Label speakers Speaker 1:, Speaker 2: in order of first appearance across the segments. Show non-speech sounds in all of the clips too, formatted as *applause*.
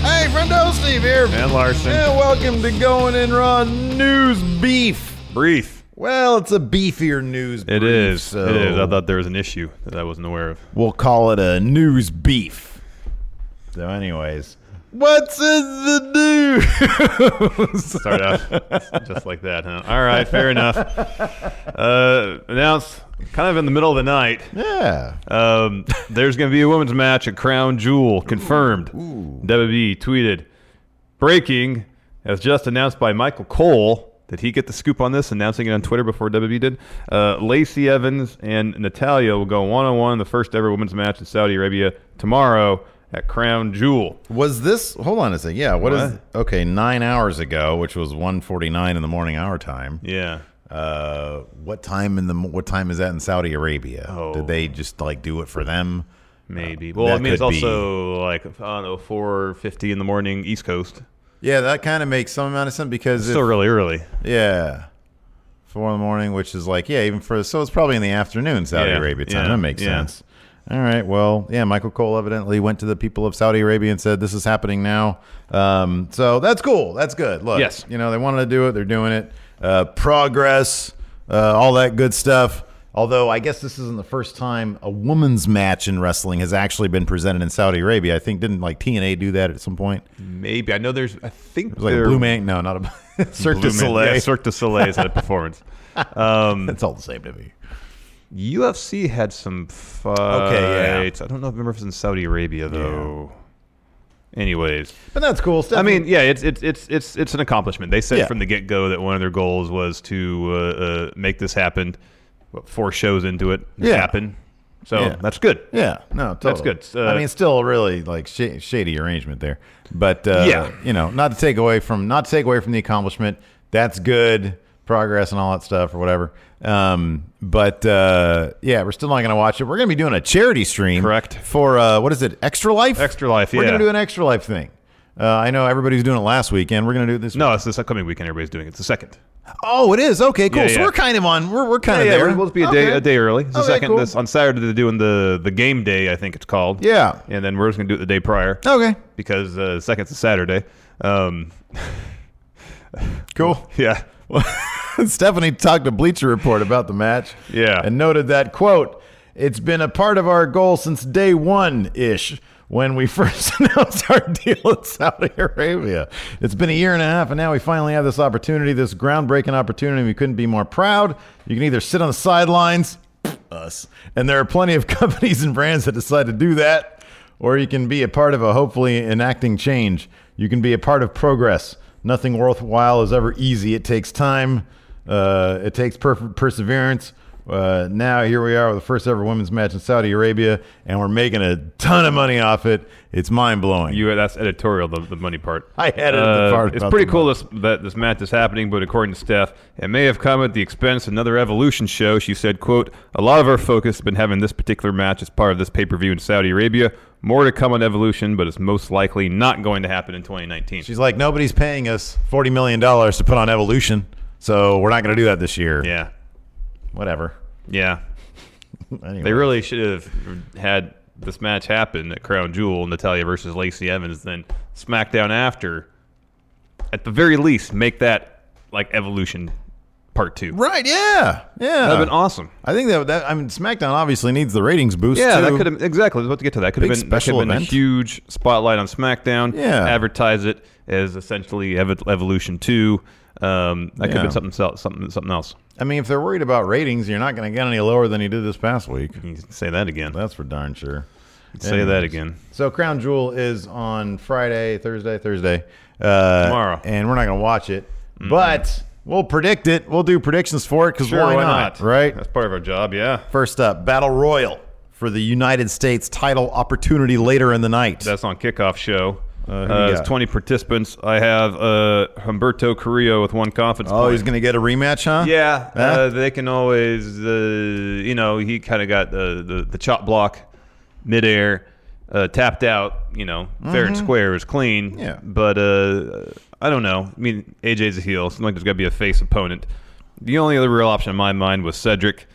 Speaker 1: Hey, friendo, Steve here.
Speaker 2: And Larson.
Speaker 1: And welcome to Going In Raw News Beef.
Speaker 2: Breathe.
Speaker 1: Well, it's a beefier news
Speaker 2: It
Speaker 1: brief,
Speaker 2: is.
Speaker 1: So
Speaker 2: It is. I thought there was an issue that I wasn't aware of.
Speaker 1: we'll call it a news beef. So, anyways, what's in the
Speaker 2: *laughs*
Speaker 1: news? *laughs*
Speaker 2: Start out just like that, huh? All right, fair enough. Uh, announced kind of in the middle of the night.
Speaker 1: yeah.
Speaker 2: Um, there's going to be a women's match at Crown Jewel, confirmed. WWE tweeted, breaking, as just announced by Michael Cole. Did he get the scoop on this? Announcing it on Twitter before WWE did. Uh, Lacey Evans and Natalia will go one on one in the first ever women's match in Saudi Arabia tomorrow at Crown Jewel.
Speaker 1: Was this? Hold on a second. Yeah. what is?
Speaker 2: What?
Speaker 1: Okay, nine hours ago, which was 1.49 in the morning our time.
Speaker 2: Yeah.
Speaker 1: Uh, what time in the? mo- What time is that in Saudi Arabia?
Speaker 2: Oh.
Speaker 1: Did they just like do it for them?
Speaker 2: Maybe.
Speaker 1: Uh,
Speaker 2: well,
Speaker 1: that
Speaker 2: I mean, it's
Speaker 1: could be.
Speaker 2: also like I don't know, four fifty in the morning, East Coast.
Speaker 1: Yeah, that kind of makes some amount of sense because
Speaker 2: Still
Speaker 1: if-
Speaker 2: really early.
Speaker 1: Yeah. Four in the morning, which is like, yeah, even for, so it's probably in the afternoon, Saudi
Speaker 2: Yeah,
Speaker 1: Arabia time.
Speaker 2: yeah,
Speaker 1: that makes
Speaker 2: yeah.
Speaker 1: sense. All right. Well, yeah, Michael Cole evidently went to the people of Saudi Arabia and said, this is happening now. Um, so that's cool. That's good. Look,
Speaker 2: Yes.
Speaker 1: you know, they wanted to do it. They're doing it. Uh, progress, uh, all that good stuff. Although I guess this isn't the first time a woman's match in wrestling has actually been presented in Saudi Arabia. I think didn't like TNA do that at some point? It
Speaker 2: Maybe I know there's. I think
Speaker 1: was like
Speaker 2: there-
Speaker 1: Blue *laughs* Man. No, not a Cirque du
Speaker 2: Blue Man-
Speaker 1: Soleil.
Speaker 2: Yeah, Cirque du Soleil *laughs* had a performance.
Speaker 1: It's all the same to me.
Speaker 2: UFC had some fights.
Speaker 1: yeah.
Speaker 2: I don't know. if I remember if it's in Saudi Arabia though. Anyways,
Speaker 1: But that's cool.
Speaker 2: I mean, yeah, it's it's it's it's it's an accomplishment. They said
Speaker 1: Yeah.
Speaker 2: from the get go that one of their goals was to uh, uh, make this happen. What, four shows into it, this
Speaker 1: Yeah.
Speaker 2: happen. So
Speaker 1: Yeah.
Speaker 2: that's good.
Speaker 1: yeah, no,
Speaker 2: That's
Speaker 1: totally.
Speaker 2: good. Uh,
Speaker 1: I mean, it's still a really like sh- shady arrangement there, but uh,
Speaker 2: Yeah.
Speaker 1: you know, not to take away from not to take away from the accomplishment. That's good progress and all that stuff or whatever. Um, but uh, yeah, we're still not going to watch it. We're going to be doing a charity stream,
Speaker 2: Correct.
Speaker 1: For uh, what is it? Extra life.
Speaker 2: Extra Life,
Speaker 1: We're
Speaker 2: yeah.
Speaker 1: going to do an extra life thing. Uh, I know everybody's doing it last weekend. We're going to do it this.
Speaker 2: No, it's this upcoming weekend. Everybody's doing it. It's the second.
Speaker 1: week. Oh, it is okay, cool.
Speaker 2: Yeah,
Speaker 1: So
Speaker 2: yeah.
Speaker 1: we're kind of on. We're, we're kind
Speaker 2: yeah,
Speaker 1: of
Speaker 2: yeah,
Speaker 1: there.
Speaker 2: we're supposed to be a day
Speaker 1: Okay.
Speaker 2: a day early. It's the
Speaker 1: Okay,
Speaker 2: second
Speaker 1: cool.
Speaker 2: this on Saturday they're doing the the game day, I think it's called.
Speaker 1: Yeah.
Speaker 2: And then we're just gonna do it the day prior.
Speaker 1: Okay,
Speaker 2: Because uh, the second's a Saturday. Um, *laughs*
Speaker 1: cool. *laughs*
Speaker 2: yeah.
Speaker 1: Stephanie talked to Bleacher Report about the match.
Speaker 2: Yeah.
Speaker 1: And noted that, quote, it's been a part of our goal since day one ish when we *laughs* first announced our deal in Saudi Arabia. It's been a year and a half, and now we finally have this opportunity, this groundbreaking opportunity. We couldn't be more proud. You can either sit on the sidelines, us, and there are plenty of *laughs* companies and brands that decide to do that, or you can be a part of a hopefully enacting change. You can be a part of progress. Nothing worthwhile is ever easy. It takes time. Uh, it takes per- perseverance. Uh, now here we are with the first ever women's match in Saudi Arabia, and we're making a ton of money off it. It's mind blowing.
Speaker 2: You that's editorial, the, the money part. Uh,
Speaker 1: I edited the part
Speaker 2: It's
Speaker 1: about
Speaker 2: pretty
Speaker 1: the
Speaker 2: cool this, that this match is happening, but according to Steph, it may have come at the expense of another Evolution show. She said, "quote A lot of our focus has been having this particular match as part of this pay per view in Saudi Arabia. More to come on Evolution, but it's most likely not going to happen in 2019."
Speaker 1: She's like, nobody's paying us forty million dollars to put on Evolution, so we're not going to do that this year.
Speaker 2: yeah,
Speaker 1: whatever.
Speaker 2: yeah.
Speaker 1: Anyway.
Speaker 2: They really should have had this match happen at Crown Jewel, Natalia versus Lacey Evans, then SmackDown after. At the very least, make that like Evolution Part Two.
Speaker 1: right? Yeah, yeah.
Speaker 2: That'd have been awesome.
Speaker 1: I think that, that I mean SmackDown obviously needs the ratings boost.
Speaker 2: Yeah, that
Speaker 1: too.
Speaker 2: could have exactly. I was about to get to that. Could have
Speaker 1: Big
Speaker 2: been, that could
Speaker 1: special
Speaker 2: have been a
Speaker 1: event.
Speaker 2: huge spotlight on SmackDown.
Speaker 1: Yeah.
Speaker 2: advertise it as essentially Ev- Evolution Two. Um, that could
Speaker 1: Yeah.
Speaker 2: have been something, sel- something, something else.
Speaker 1: I mean, if they're worried about ratings, you're not going to get any lower than you did this past week.
Speaker 2: You can say that again.
Speaker 1: That's for darn sure.
Speaker 2: Mm-hmm. Say that again.
Speaker 1: So Crown Jewel is on Friday, Thursday, Thursday. Uh,
Speaker 2: Tomorrow.
Speaker 1: and we're not going to watch it, but We'll predict it. We'll do predictions for it because
Speaker 2: Sure,
Speaker 1: why,
Speaker 2: why
Speaker 1: not?
Speaker 2: not?
Speaker 1: Right?
Speaker 2: That's part of our job, yeah.
Speaker 1: First up, Battle Royal for the United States title opportunity later in the night.
Speaker 2: That's on kickoff show.
Speaker 1: Uh,
Speaker 2: Uh,
Speaker 1: who you
Speaker 2: it's
Speaker 1: got?
Speaker 2: 20 participants. I have uh, Humberto Carrillo with one confidence
Speaker 1: oh,
Speaker 2: point.
Speaker 1: he's going to get a rematch, huh?
Speaker 2: Yeah,
Speaker 1: Huh?
Speaker 2: uh, they can always, uh, you know, he kind of got the, the, the chop block midair, uh, tapped out, you know, fair and square is clean.
Speaker 1: Yeah.
Speaker 2: But uh, I don't know. I mean, AJ's a heel. Seems like there's got to be a face opponent. The only other real option in my mind was Cedric.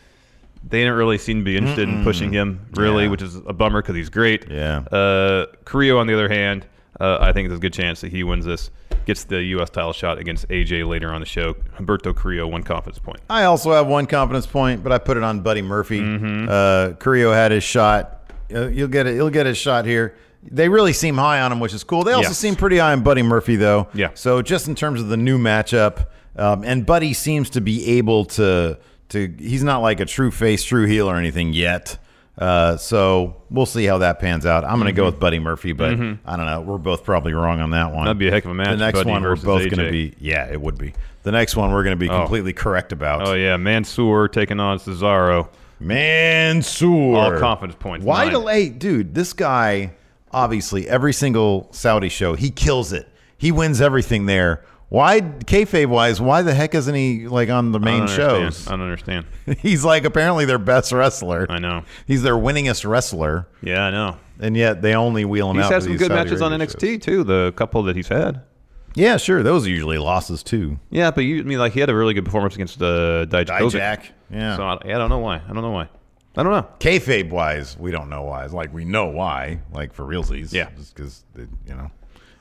Speaker 2: They didn't really seem to be interested in pushing him, really, which is a bummer because he's great.
Speaker 1: Yeah.
Speaker 2: Uh, Carrillo, on the other hand, uh, I think there's a good chance that he wins this, gets the U.S. title shot against AJ later on the show. Humberto Carrillo, one confidence point.
Speaker 1: I also have one confidence point, but I put it on Buddy Murphy.
Speaker 2: Mm-hmm.
Speaker 1: Uh, Carrillo had his shot. Uh, You'll get it. He'll get his shot here. They really seem high on him, which is cool. They also
Speaker 2: Yes.
Speaker 1: seem pretty high on Buddy Murphy, though.
Speaker 2: Yeah.
Speaker 1: So just in terms of the new matchup, um, and Buddy seems to be able to to. He's not like a true face, true heel or anything yet. Uh, so we'll see how that pans out. I'm going to
Speaker 2: Mm-hmm.
Speaker 1: go with Buddy Murphy, but I don't know. We're both probably wrong on that one.
Speaker 2: That'd be a heck of a match,
Speaker 1: The next
Speaker 2: Buddy
Speaker 1: one we're
Speaker 2: versus
Speaker 1: both going to
Speaker 2: AJ.
Speaker 1: be. Yeah, it would be. The next one we're going to be completely correct about.
Speaker 2: Oh, yeah. Mansoor taking on Cesaro.
Speaker 1: Mansoor.
Speaker 2: All confidence points,
Speaker 1: Why
Speaker 2: nine.
Speaker 1: delay? Dude, this guy, obviously, every single Saudi show, he kills it. He wins everything there. Why, kayfabe wise, why the heck isn't he like on the
Speaker 2: I
Speaker 1: main
Speaker 2: don't understand.
Speaker 1: shows?
Speaker 2: I don't understand.
Speaker 1: *laughs* He's like apparently their best wrestler.
Speaker 2: I know.
Speaker 1: He's their winningest wrestler,
Speaker 2: Yeah, I know.
Speaker 1: and yet they only wheel him
Speaker 2: He's
Speaker 1: out.
Speaker 2: had
Speaker 1: to
Speaker 2: some
Speaker 1: these
Speaker 2: good
Speaker 1: Saudi
Speaker 2: matches on
Speaker 1: Arabia
Speaker 2: NXT,
Speaker 1: shows.
Speaker 2: too, the couple that he's had.
Speaker 1: Yeah, sure. Those are usually losses too.
Speaker 2: Yeah, but you I mean like he had a really good performance against uh, Dijakovic.
Speaker 1: Dijak, yeah.
Speaker 2: So I, I don't know why. I don't know why. I don't know.
Speaker 1: Kayfabe wise, we don't know why. It's Like we know why, like for realsies.
Speaker 2: Yeah.
Speaker 1: just because you know.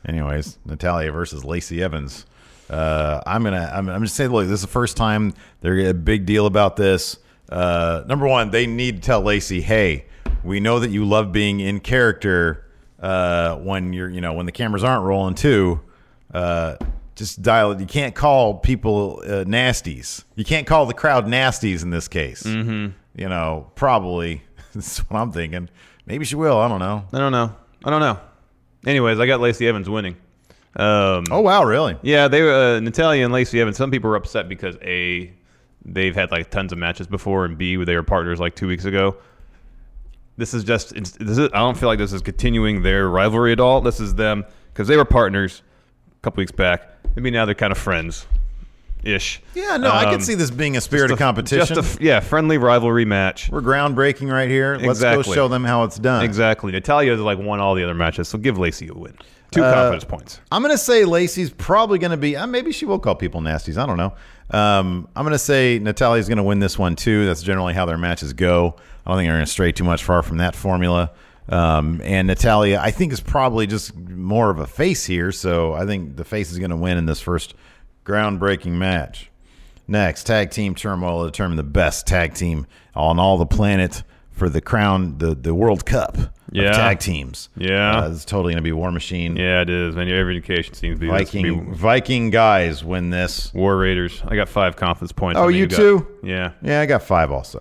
Speaker 1: Anyways, Natalia versus Lacey Evans. Uh, I'm gonna. I'm, I'm just saying. Look, this is the first time they're a big deal about this. Uh, number one, they need to tell Lacey, hey, we know that you love being in character uh, when you're, you know, when the cameras aren't rolling too. Uh, just dial it. You can't call people uh, nasties. You can't call the crowd nasties in this case you know, probably. *laughs* That's what I'm thinking. Maybe she will. I don't know.
Speaker 2: I don't know. I don't know. Anyways, I got Lacey Evans winning. Um,
Speaker 1: Oh wow, really?
Speaker 2: Yeah, they were uh, Natalia and Lacey Evans. Some people were upset because a they've had like tons of matches before, and b they were partners like two weeks ago. This is just it's- this is, I don't feel like this is continuing their rivalry at all. This is them because they were partners a couple weeks back. Maybe now they're kind of friends, ish.
Speaker 1: Yeah, no, I
Speaker 2: Um,
Speaker 1: can see this being a spirit of competition.
Speaker 2: Just a f- yeah, friendly rivalry match.
Speaker 1: We're groundbreaking right here. Let's go
Speaker 2: Exactly.
Speaker 1: show them how it's done.
Speaker 2: Exactly. Natalia's like won all the other matches, so give Lacey a win. Two
Speaker 1: Uh,
Speaker 2: confidence points.
Speaker 1: I'm gonna say Lacey's probably gonna be. Uh, maybe she will call people nasties. I don't know. Um, I'm gonna say Natalia's gonna win this one too. That's generally how their matches go. I don't think they're gonna stray too much far from that formula. Um, and Natalia, I think, is probably just more of a face here. So I think the face is gonna win in this first groundbreaking match. Next, tag team turmoil to determine the best tag team on all the planet for the crown, the the World Cup
Speaker 2: Yeah.
Speaker 1: of tag teams.
Speaker 2: Yeah.
Speaker 1: uh, it's totally gonna be War Machine.
Speaker 2: Yeah, it is. Man, every indication seems to be this could
Speaker 1: Viking
Speaker 2: be
Speaker 1: Viking guys win this.
Speaker 2: War Raiders. I got five confidence points.
Speaker 1: Oh,
Speaker 2: I mean,
Speaker 1: you
Speaker 2: got-
Speaker 1: too?
Speaker 2: Yeah.
Speaker 1: Yeah, I got five also.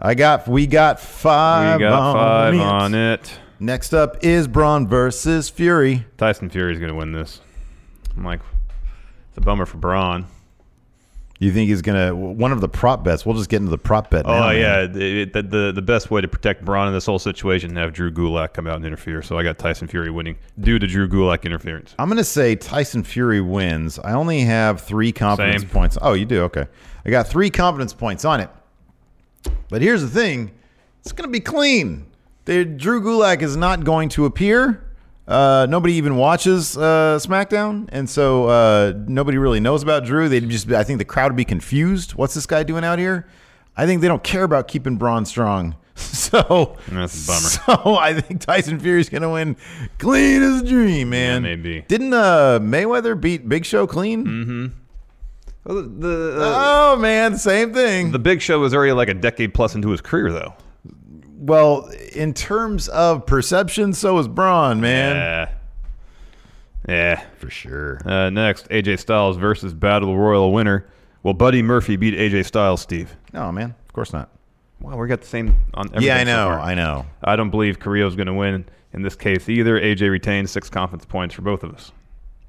Speaker 1: I got we got five.
Speaker 2: We got
Speaker 1: on
Speaker 2: five
Speaker 1: it.
Speaker 2: on it.
Speaker 1: Next up is Braun versus Fury.
Speaker 2: Tyson Fury's going to win this. I'm like, it's a bummer for Braun.
Speaker 1: You think he's gonna one of the prop bets? We'll just get into the prop bet.
Speaker 2: Oh,
Speaker 1: now, man.
Speaker 2: yeah. The, the, the, the best way to protect Braun in this whole situation is to have Drew Gulak come out and interfere. So I got Tyson Fury winning due to Drew Gulak interference.
Speaker 1: I'm gonna say Tyson Fury wins. I only have three confidence
Speaker 2: Same.
Speaker 1: points. Oh, you do okay. I got three confidence points on it. But here's the thing: it's gonna be clean. They, Drew Gulak is not going to appear. Uh, nobody even watches uh, SmackDown, and so uh, nobody really knows about Drew. They just, I think, the crowd would be confused. What's this guy doing out here? I think they don't care about keeping Braun strong. *laughs* So
Speaker 2: That's a bummer.
Speaker 1: *laughs* so I think Tyson Fury's gonna win clean as a dream, man.
Speaker 2: maybe. Mm-hmm.
Speaker 1: Didn't uh, Mayweather beat Big Show clean?
Speaker 2: The,
Speaker 1: Oh man, same thing.
Speaker 2: the Big Show was already like a decade plus into his career, though.
Speaker 1: well, in terms of perception, so is Braun, man.
Speaker 2: Yeah. Yeah.
Speaker 1: For sure.
Speaker 2: Uh, next, AJ Styles versus Battle Royal winner. Will Buddy Murphy beat AJ Styles, Steve?
Speaker 1: No, man. Of course not.
Speaker 2: Wow, we got the same on everything.
Speaker 1: yeah, I know.
Speaker 2: So far.
Speaker 1: I know.
Speaker 2: I don't believe Carrillo's going to win in this case either. AJ retains six confidence points for both of us.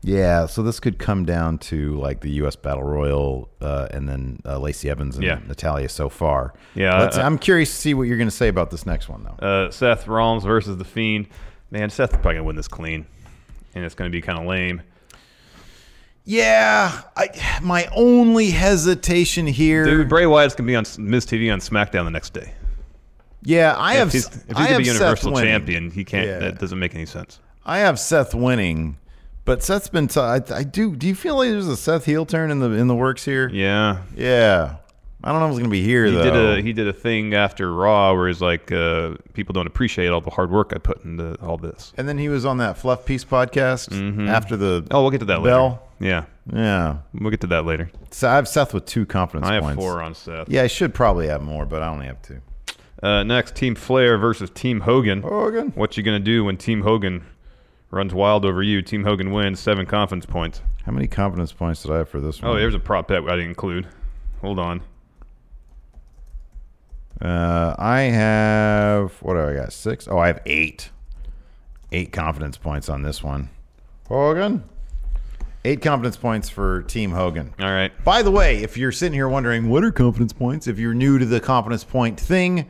Speaker 1: Yeah, so this could come down to like the U.S. Battle Royal, uh, and then uh, Lacey Evans and
Speaker 2: Yeah.
Speaker 1: Natalia so far.
Speaker 2: Yeah,
Speaker 1: Let's,
Speaker 2: uh,
Speaker 1: I'm curious to see what you're going to say about this next one, though.
Speaker 2: Uh, Seth Rollins versus The Fiend. Man, Seth's probably gonna win this clean, and it's gonna be kind of lame.
Speaker 1: yeah, I, my only hesitation here.
Speaker 2: Dude, Bray Wyatt's gonna be on S- Miz TV on SmackDown the next day.
Speaker 1: yeah, I
Speaker 2: If
Speaker 1: have.
Speaker 2: he's, if he's
Speaker 1: I
Speaker 2: gonna be
Speaker 1: have Seth
Speaker 2: Universal
Speaker 1: winning.
Speaker 2: Champion, he can't.
Speaker 1: Yeah.
Speaker 2: That doesn't make any sense.
Speaker 1: I have Seth winning, but Seth's been. T- I, I do. Do you feel like there's a Seth heel turn in the in the works here?
Speaker 2: Yeah,
Speaker 1: Yeah. I don't know if it's gonna be here
Speaker 2: he
Speaker 1: though.
Speaker 2: did a he did a thing after Raw where he's like, uh, people don't appreciate all the hard work I put into all this.
Speaker 1: and then he was on that Fluff Piece podcast after the.
Speaker 2: Oh, we'll get to that
Speaker 1: Bell?
Speaker 2: later. Yeah,
Speaker 1: Yeah.
Speaker 2: we'll get to that later.
Speaker 1: So I have Seth with two confidence
Speaker 2: I have
Speaker 1: points.
Speaker 2: four on Seth.
Speaker 1: Yeah, I should probably have more, but I only have two.
Speaker 2: Uh, next, Team Flair versus Team Hogan.
Speaker 1: Hogan.
Speaker 2: What you gonna do when Team Hogan runs wild over you? Team Hogan wins seven confidence points.
Speaker 1: How many confidence points did I have for this
Speaker 2: Oh,
Speaker 1: one?
Speaker 2: there's a prop bet I didn't include. Hold on.
Speaker 1: Uh, I have what do I got? Six? Oh, I have eight. Eight confidence points on this one. Hogan. Eight confidence points for Team Hogan.
Speaker 2: All right.
Speaker 1: By the way, if you're sitting here wondering what are confidence points, if you're new to the confidence point thing,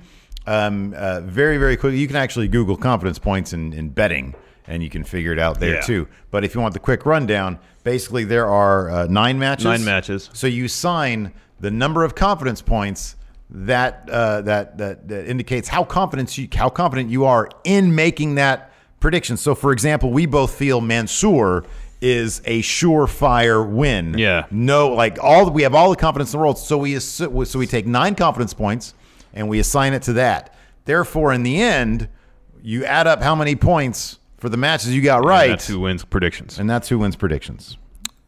Speaker 1: um, uh, very very quickly you can actually Google confidence points in, in betting, and you can figure it out there
Speaker 2: Yeah.
Speaker 1: too. But if you want the quick rundown, basically there are uh, nine matches.
Speaker 2: Nine matches.
Speaker 1: So you sign the number of confidence points that uh, that, that that indicates how confident you how confident you are in making that prediction. So, for example, we both feel Mansoor is a surefire win.
Speaker 2: Yeah.
Speaker 1: No, like all we have all the confidence in the world. So we assu- so we take nine confidence points and we assign it to that. Therefore, in the end, you add up how many points for the matches you got right,
Speaker 2: And that's who wins predictions.
Speaker 1: and that's who wins predictions.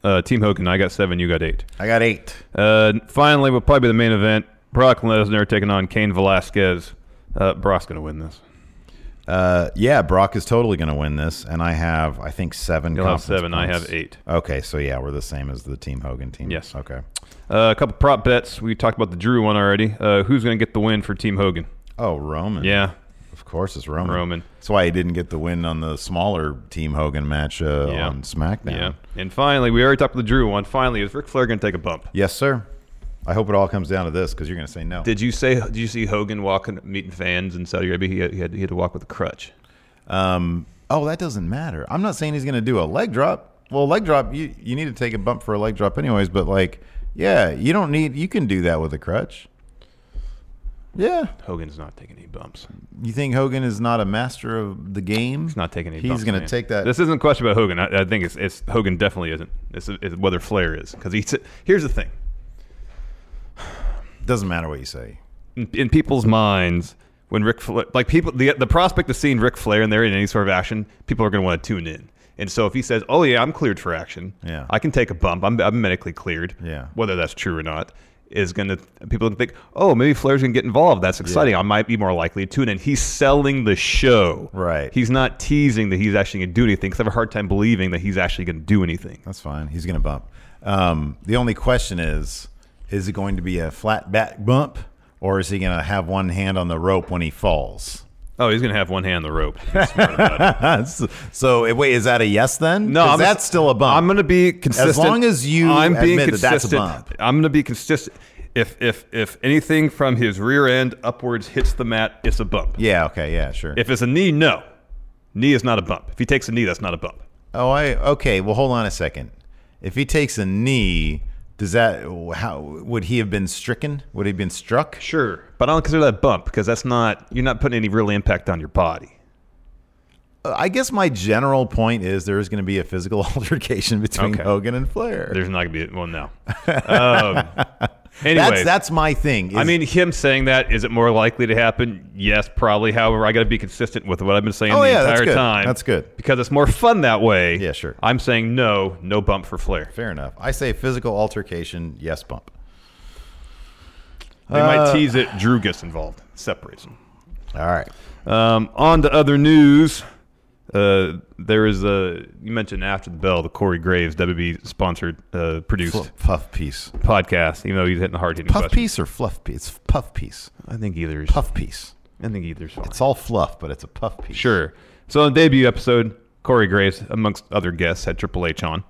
Speaker 2: Uh, Team Hogan, I got seven. You got eight.
Speaker 1: I got eight.
Speaker 2: Uh, finally, will probably be the main event. Brock Lesnar taking on Kane Velasquez. Uh, Brock's gonna win this.
Speaker 1: Uh, yeah, Brock is totally going to win this, and I have I think seven.
Speaker 2: You'll have
Speaker 1: confidence
Speaker 2: seven, I
Speaker 1: points.
Speaker 2: have eight.
Speaker 1: Okay, so yeah, we're the same as the Team Hogan team.
Speaker 2: Yes.
Speaker 1: Okay.
Speaker 2: Uh, a couple prop bets. We talked about the Drew one already. Uh, who's gonna get the win for Team Hogan?
Speaker 1: Oh, Roman.
Speaker 2: Yeah.
Speaker 1: Of course, it's Roman.
Speaker 2: Roman.
Speaker 1: That's why he didn't get the win on the smaller Team Hogan match uh,
Speaker 2: Yeah.
Speaker 1: on SmackDown.
Speaker 2: Yeah. And finally, we already talked about the Drew one. Finally, is Ric Flair gonna take a bump?
Speaker 1: Yes, sir. I hope it all comes down to this because you're going to say no.
Speaker 2: Did you say? Did you see Hogan walking, meeting fans in Saudi Arabia? He had, he had, he had to walk with a crutch.
Speaker 1: um, oh, that doesn't matter. I'm not saying he's going to do a leg drop. Well, leg drop, you you need to take a bump for a leg drop, anyways. But like, yeah, you don't need. You can do that with a crutch. Yeah.
Speaker 2: Hogan's not taking any bumps.
Speaker 1: You think Hogan is not a master of the game?
Speaker 2: He's not taking any.
Speaker 1: He's
Speaker 2: bumps,
Speaker 1: going to
Speaker 2: man.
Speaker 1: take that.
Speaker 2: This isn't a question about Hogan. I, I think it's, it's Hogan definitely isn't. It's, it's whether Flair is because he's. Here's the thing.
Speaker 1: doesn't matter what you say.
Speaker 2: In, in people's minds, when Rick Flair, like people, the the prospect of seeing Ric Flair in there in any sort of action, people are going to want to tune in. And so if he says, "Oh yeah, I'm cleared for action.
Speaker 1: Yeah.
Speaker 2: I can take a bump. I'm, I'm medically cleared.
Speaker 1: Yeah.
Speaker 2: whether that's true or not." Is gonna people gonna think, oh, maybe Flair's gonna get involved. That's exciting. I might be more likely to tune in. He's selling the show.
Speaker 1: Right.
Speaker 2: He's not teasing that he's actually gonna do anything. 'cause I have a hard time believing that he's actually gonna do anything.
Speaker 1: That's fine. He's going to bump. Um, the only question is is it going to be a flat back bump or is he going to have one hand on the rope when he falls?
Speaker 2: Oh, he's gonna have one hand on the rope.
Speaker 1: so, eh, wait, is that a yes then?
Speaker 2: No,
Speaker 1: 'Cause
Speaker 2: I'm
Speaker 1: that's still a bump.
Speaker 2: I'm going to be consistent.
Speaker 1: long as you
Speaker 2: I'm being
Speaker 1: admit that that's a
Speaker 2: consistent.
Speaker 1: bump.
Speaker 2: I'm going to be consistent. If if if anything from his rear end upwards hits the mat, it's a bump.
Speaker 1: Yeah, okay, yeah, sure.
Speaker 2: If it's a knee, no. Knee is not a bump. If he takes a knee, that's not a bump.
Speaker 1: oh, I okay, well hold on a second. If he takes a knee, does that how would he have been stricken? Would he have been struck?
Speaker 2: Sure, but I don't consider that a bump because that's not you're not putting any real impact on your body.
Speaker 1: I guess my general point is there is going to be a physical *laughs* altercation between
Speaker 2: Okay.
Speaker 1: Hogan and Flair.
Speaker 2: There's not going to be
Speaker 1: *laughs*
Speaker 2: well, no. Um,
Speaker 1: that's
Speaker 2: anyways,
Speaker 1: that's my thing.
Speaker 2: I
Speaker 1: is-
Speaker 2: mean, him saying that is it more likely to happen? Yes, probably. However, I got to be consistent with what I've been saying
Speaker 1: Oh,
Speaker 2: the
Speaker 1: yeah, that's
Speaker 2: entire
Speaker 1: good.
Speaker 2: time.
Speaker 1: That's good.
Speaker 2: because it's more fun that way.
Speaker 1: Yeah, sure.
Speaker 2: I'm saying no, no bump for Flair.
Speaker 1: fair enough. I say physical altercation, yes bump.
Speaker 2: They might tease it. Drew gets involved, separates them.
Speaker 1: All right.
Speaker 2: Um, on to other news. Uh, there is a you mentioned after the bell the Corey Graves WB sponsored uh, produced
Speaker 1: Fl- puff piece.
Speaker 2: podcast. Even though he's hitting the hard hitting
Speaker 1: Puff piece or fluff piece? It's puff piece.
Speaker 2: I think either is.
Speaker 1: Puff piece.
Speaker 2: I think either's fine.
Speaker 1: It's all fluff, but it's a puff piece.
Speaker 2: Sure. So on the debut episode, Corey Graves, amongst other guests, had Triple H on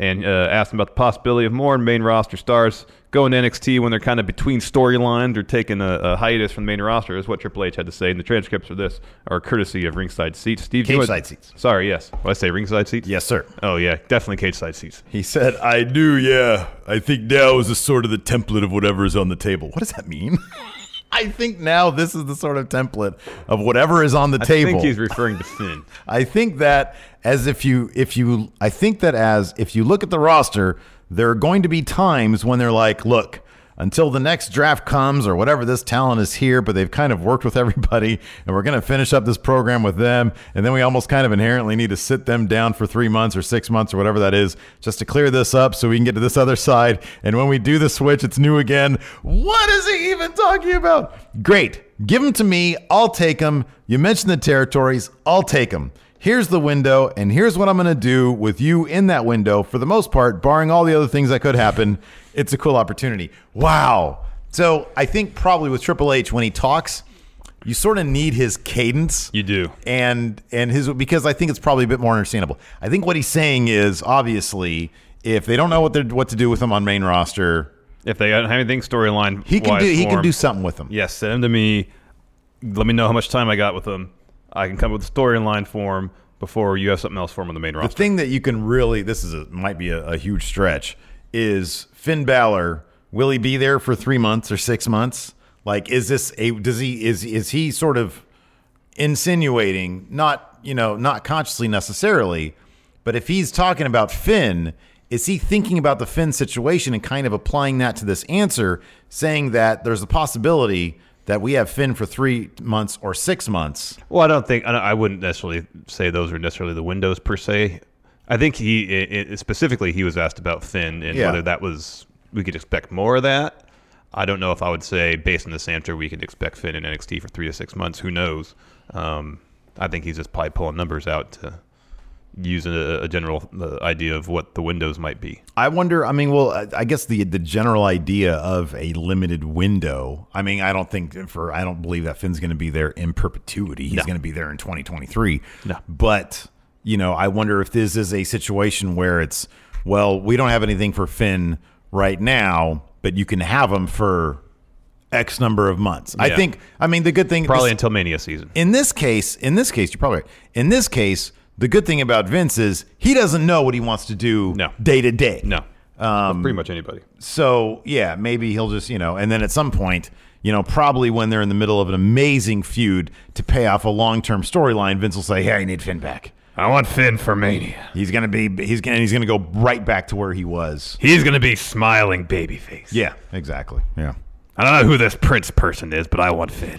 Speaker 2: and uh, asked him about the possibility of more main roster stars going to NXT when they're kind of between storylines or taking a, a hiatus from the main roster, is what Triple H had to say. And the transcripts for this are courtesy of Ringside Seats. Steve, do you want-
Speaker 1: Cageside seats.
Speaker 2: Sorry, yes. What I say, Ringside Seats?
Speaker 1: Yes, sir.
Speaker 2: Oh, yeah, definitely cage side seats.
Speaker 1: He said, I do, yeah. I think now is the sort of the template of whatever is on the table. What does that mean? *laughs* I think now this is the sort of template of whatever is on the
Speaker 2: I
Speaker 1: table.
Speaker 2: think he's referring to Finn.
Speaker 1: I think that as if you if you I think that as if you look at the roster, there are going to be times when they're like, look, until the next draft comes or whatever this talent is here, but they've kind of worked with everybody and we're going to finish up this program with them and then we almost kind of inherently need to sit them down for 3 months or 6 months or whatever that is just to clear this up so we can get to this other side and when we do the switch it's new again. What is he even talking about? Great. Give them to me. I'll take them. You mentioned the territories. I'll take them. Here's the window, and here's what I'm going to do with you in that window for the most part, barring all the other things that could happen. It's a cool opportunity. Wow. So I think probably with Triple H, when he talks, you sort of need his cadence.
Speaker 2: You do.
Speaker 1: And and his because I think it's probably a bit more understandable. I think what he's saying is obviously if they don't know what they're what to do with him on main roster,
Speaker 2: If they don't have anything storyline,
Speaker 1: he can
Speaker 2: wise
Speaker 1: do he
Speaker 2: for
Speaker 1: can
Speaker 2: him,
Speaker 1: do something with him.
Speaker 2: Yes, send them to me. Let me know how much time I got with them. I can come up with a storyline for him before you have something else for him on the main
Speaker 1: The
Speaker 2: roster.
Speaker 1: thing that you can really this is a, might be a, a huge stretch is Finn Balor. Will he be there for three months or six months? Like, is this a does he is is he sort of insinuating not you know not consciously necessarily, but if he's talking about Finn, is he thinking about the Finn situation and kind of applying that to this answer, saying that there's a possibility that we have Finn for three months or six months?
Speaker 2: well, I don't think I, don't- I wouldn't necessarily say those are necessarily the windows per se. I think he i i specifically he was asked about Finn and
Speaker 1: Yeah.
Speaker 2: whether that was we could expect more of that. I don't know if I would say based on this answer we could expect Finn in NXT for three to six months. Who knows? Um, I think he's just probably pulling numbers out to use a, a general uh, idea of what the windows might be.
Speaker 1: I wonder. I mean, well, I- I guess the the general idea of a limited window. I mean, I don't think for I don't believe that Finn's going to be there in perpetuity. He's
Speaker 2: No.
Speaker 1: going to be there in 2023.
Speaker 2: No.
Speaker 1: But you know, I wonder if this is a situation where it's well, we don't have anything for Finn right now, but you can have him for X number of months. I
Speaker 2: Yeah.
Speaker 1: think. I mean, the good thing
Speaker 2: Probably
Speaker 1: this-
Speaker 2: until Mania season.
Speaker 1: in this case, in this case, you're probably right. In this case, the good thing about Vince is he doesn't know what he wants to do
Speaker 2: No.
Speaker 1: day to day.
Speaker 2: No. With pretty much anybody.
Speaker 1: So yeah, maybe he'll just you know, and then at some point, you know, probably when they're in the middle of an amazing feud to pay off a long-term storyline, Vince will say, "Hey, I need Finn back.
Speaker 2: I want Finn for Mania.
Speaker 1: He's gonna be he's gonna he's gonna go right back to where he was."
Speaker 2: He's going to be smiling babyface.
Speaker 1: Yeah, exactly. Yeah.
Speaker 2: I don't know who this prince person is, but I want Finn.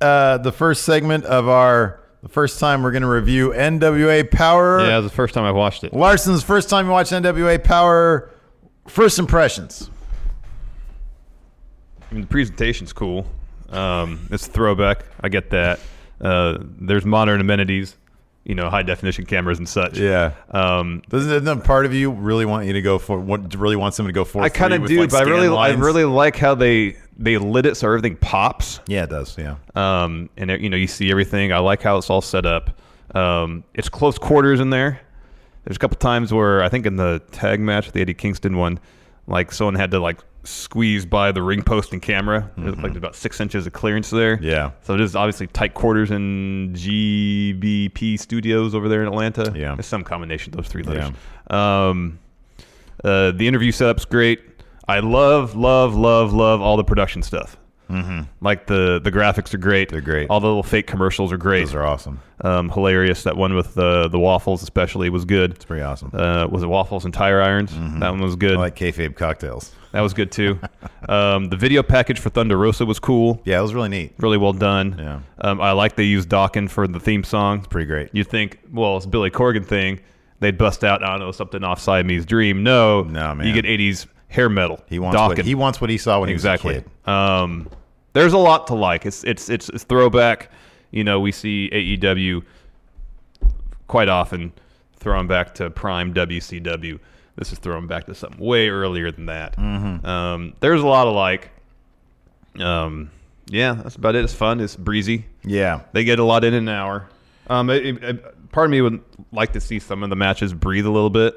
Speaker 1: uh, the first segment of our. The first time we're going to review NWA Power.
Speaker 2: Yeah, that was the first time I watched it.
Speaker 1: Larson's first time you watch NWA Power. First impressions.
Speaker 2: I mean, the presentation's cool. Um, it's a throwback. I get that. Uh, there's modern amenities, you know, high definition cameras and such. Um,
Speaker 1: Doesn't, doesn't that part of you really want you to go for? What really want someone to go for?
Speaker 2: I kind of do, but I really, I really like how they they lit it so everything pops.
Speaker 1: Yeah, it does. Yeah.
Speaker 2: um, and uh, you know you see everything. I like how it's all set up. Um, it's close quarters in there. There's a couple times where I think in the tag match, the Eddie Kingston one, like someone had to like squeeze by the ring post and camera. There's like about six inches of clearance there.
Speaker 1: Mm-hmm. Yeah.
Speaker 2: So it is obviously tight quarters in GBP Studios over there in Atlanta.
Speaker 1: Yeah.
Speaker 2: It's some combination of those three letters. Um, uh, the interview setup's great. I love, love, love, love all the production stuff. Mm-hmm. Like the the graphics are great.
Speaker 1: They're great.
Speaker 2: All the little fake commercials are great.
Speaker 1: Those are awesome.
Speaker 2: um, hilarious. That one with the the waffles especially was good. It's
Speaker 1: Pretty awesome. Mm-hmm.
Speaker 2: Uh, was it waffles and tire irons? That one was good.
Speaker 1: I like kayfabe cocktails.
Speaker 2: that was
Speaker 1: *laughs*
Speaker 2: good too. um, the video package for Thunder Rosa was cool.
Speaker 1: Yeah, it was really neat.
Speaker 2: Really well done.
Speaker 1: Yeah.
Speaker 2: Um, I like they used Dawkins for the theme song. It's
Speaker 1: pretty great.
Speaker 2: You think, well, it's Billy Corgan thing. They'd bust out, I don't know, something off Siamese Dream. No,
Speaker 1: No, man.
Speaker 2: You get '80s hair metal.
Speaker 1: He wants what,
Speaker 2: Dawkins.
Speaker 1: he wants what he saw when
Speaker 2: exactly.
Speaker 1: he was a kid.
Speaker 2: Um, there's a lot to like. It's it's it's, it's throwback. You know, we see AEW quite often thrown back to prime WCW. This is thrown back to something way earlier than that.
Speaker 1: Mm-hmm.
Speaker 2: Um, there's a lot of like. Um, yeah, that's about it. It's fun. It's breezy.
Speaker 1: Yeah.
Speaker 2: They get a lot in an hour. Um, it, it- it- part of me would like to see some of the matches breathe a little bit,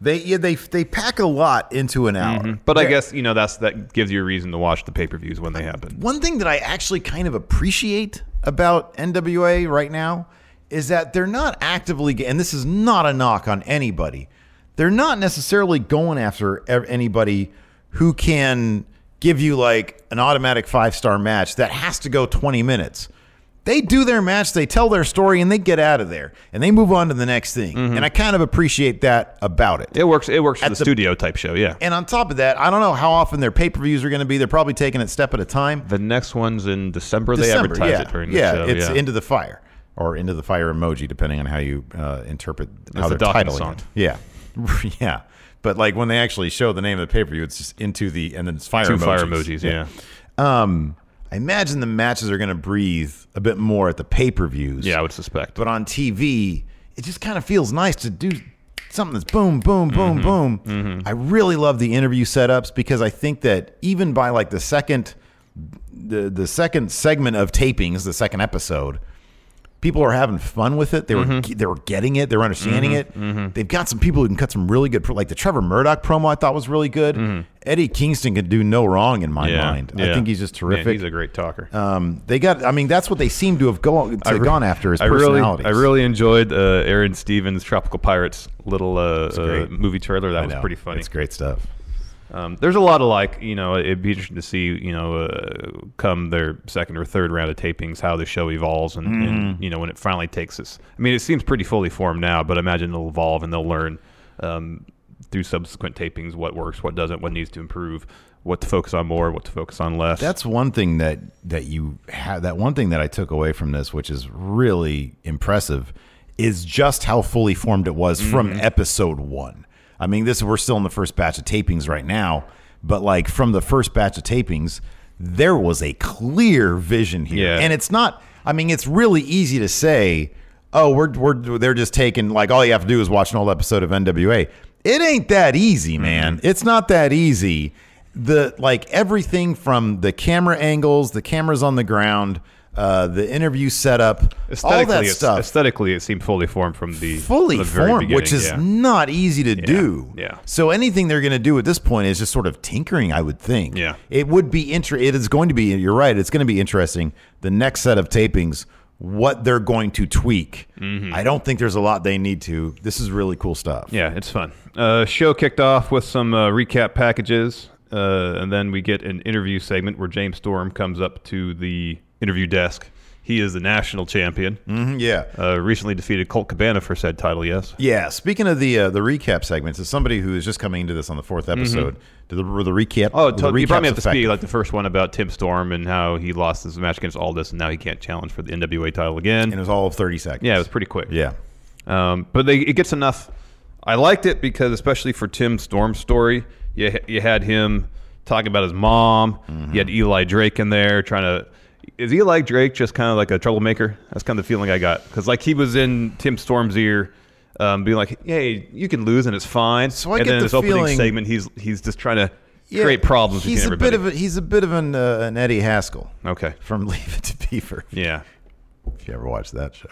Speaker 1: They yeah they they pack a lot into an hour.
Speaker 2: but I guess you know that's that gives you a reason to watch the pay per views when they happen.
Speaker 1: One thing that I actually kind of appreciate about NWA right now is that they're not actively, and this is not a knock on anybody, they're not necessarily going after e- anybody who can give you like an automatic five star match that has to go 20 minutes. They do their match, they tell their story, and they get out of there and they move on to the next thing. And I kind of appreciate that about it.
Speaker 2: It works. It works for
Speaker 1: At
Speaker 2: the,
Speaker 1: the-
Speaker 2: studio type show. Yeah.
Speaker 1: And on top of that, I don't know how often their pay per views are going to be. They're probably taking it step at a time.
Speaker 2: the next one's in December.
Speaker 1: December,
Speaker 2: they advertise
Speaker 1: yeah.
Speaker 2: it during
Speaker 1: yeah,
Speaker 2: the show.
Speaker 1: it's
Speaker 2: yeah.
Speaker 1: into the fire or into the fire emoji, depending on how you uh, interpret how
Speaker 2: a
Speaker 1: they're
Speaker 2: Dawkins
Speaker 1: titling
Speaker 2: song.
Speaker 1: it. Yeah, *laughs* yeah. But like when they actually show the name of the pay per view, it's just into the and then it's fire
Speaker 2: two
Speaker 1: emojis.
Speaker 2: fire emojis. Yeah. yeah.
Speaker 1: Um, I imagine the matches are going to breathe a bit more at the pay per views.
Speaker 2: I would suspect.
Speaker 1: But on TV, it just kind of feels nice to do something that's boom, boom,
Speaker 2: Mm-hmm.
Speaker 1: boom, boom. I really love the interview setups because I think that even by like the second the the second segment of tapings, the second episode, people are having fun with it. They
Speaker 2: Mm-hmm.
Speaker 1: were they were getting it. They were understanding it. They've got some people who can cut some really good, pro- like the Trevor Murdoch promo. I thought was really good. Eddie Kingston could do no wrong in my
Speaker 2: Mm-hmm. yeah.
Speaker 1: mind. I
Speaker 2: yeah.
Speaker 1: think he's just
Speaker 2: Man,
Speaker 1: terrific.
Speaker 2: he's a great talker.
Speaker 1: um, they got. I mean, that's what they seem to have go, to gone after is
Speaker 2: I really,
Speaker 1: personalities.
Speaker 2: I really enjoyed uh, Aaron Stevens' Tropical Pirates little uh, uh,
Speaker 1: great.
Speaker 2: movie trailer. That
Speaker 1: I
Speaker 2: was
Speaker 1: know.
Speaker 2: pretty funny.
Speaker 1: It's great stuff.
Speaker 2: Um, there's a lot of like, you know, it'd be interesting to see, you know, uh, come their second or third round of tapings, how the show evolves, and,
Speaker 1: Mm-hmm.
Speaker 2: and you know, when it finally takes us. I mean, it seems pretty fully formed now, but I imagine it'll evolve and they'll learn um, through subsequent tapings what works, what doesn't, what needs to improve, what to focus on more, what to focus on less.
Speaker 1: That's one thing that that you had. That one thing that I took away from this, which is really impressive, is just how fully formed it was
Speaker 2: Mm-hmm.
Speaker 1: from episode one. I mean, this we're still in the first batch of tapings right now, but like from the first batch of tapings, there was a clear vision here,
Speaker 2: Yeah.
Speaker 1: and it's not. I mean, it's really easy to say, "Oh, we're we're they're just taking like all you have to do is watch an old episode of NWA." It ain't that
Speaker 2: Mm-hmm.
Speaker 1: easy, man. It's not that easy. The like everything from the camera angles, the cameras on the ground, uh, the interview setup, all that
Speaker 2: it's-
Speaker 1: stuff,
Speaker 2: Aesthetically, it seemed fully formed from the
Speaker 1: fully
Speaker 2: from the very
Speaker 1: formed, which is
Speaker 2: beginning, yeah.
Speaker 1: not easy to do.
Speaker 2: yeah.
Speaker 1: So anything they're going to do at this point is just sort of tinkering, I would think.
Speaker 2: Yeah.
Speaker 1: It would be inter. It is going to be. You're right. It's going to be interesting. The next set of tapings what they're going to tweak. I don't think there's a lot they need to. This is really cool stuff.
Speaker 2: Mm-hmm. Yeah, it's fun. Uh, show kicked off with some uh, recap packages, uh, and then we get an interview segment where James Storm comes up to the interview desk. He is the national champion.
Speaker 1: Mhm, yeah.
Speaker 2: Uh, recently defeated Colt Cabana for said title. Yes.
Speaker 1: Yeah, speaking of the uh, the recap segments, as somebody who is just coming into this on the fourth episode, did the, were the recap?
Speaker 2: Mm-hmm. Oh,
Speaker 1: were the
Speaker 2: totally. you
Speaker 1: recaps
Speaker 2: probably have to speak
Speaker 1: effective?
Speaker 2: like the first one about Tim Storm and how he lost his match against Aldis, and now he can't challenge for the NWA title again.
Speaker 1: and it was all of thirty seconds.
Speaker 2: yeah, it was pretty quick.
Speaker 1: Yeah,
Speaker 2: Um, but they, it gets enough. I liked it because, especially for Tim Storm's story, you, you had him talking about his mom. You
Speaker 1: Mm-hmm.
Speaker 2: had Eli Drake in there trying to. Is Eli Drake just kind of like a troublemaker? That's kind of the feeling I got. Because, like, he was in Tim Storm's ear. Um, being like, hey, you can lose and it's fine.
Speaker 1: So I
Speaker 2: and
Speaker 1: get
Speaker 2: then
Speaker 1: the
Speaker 2: his opening
Speaker 1: feeling-
Speaker 2: segment, he's he's just trying to
Speaker 1: Yeah,
Speaker 2: create problems.
Speaker 1: He's
Speaker 2: between
Speaker 1: a bit of a,
Speaker 2: everybody.
Speaker 1: he's a bit of an uh, an Eddie Haskell.
Speaker 2: Okay.
Speaker 1: from *laughs* Leave It to Beaver.
Speaker 2: yeah.
Speaker 1: If you ever watched that show,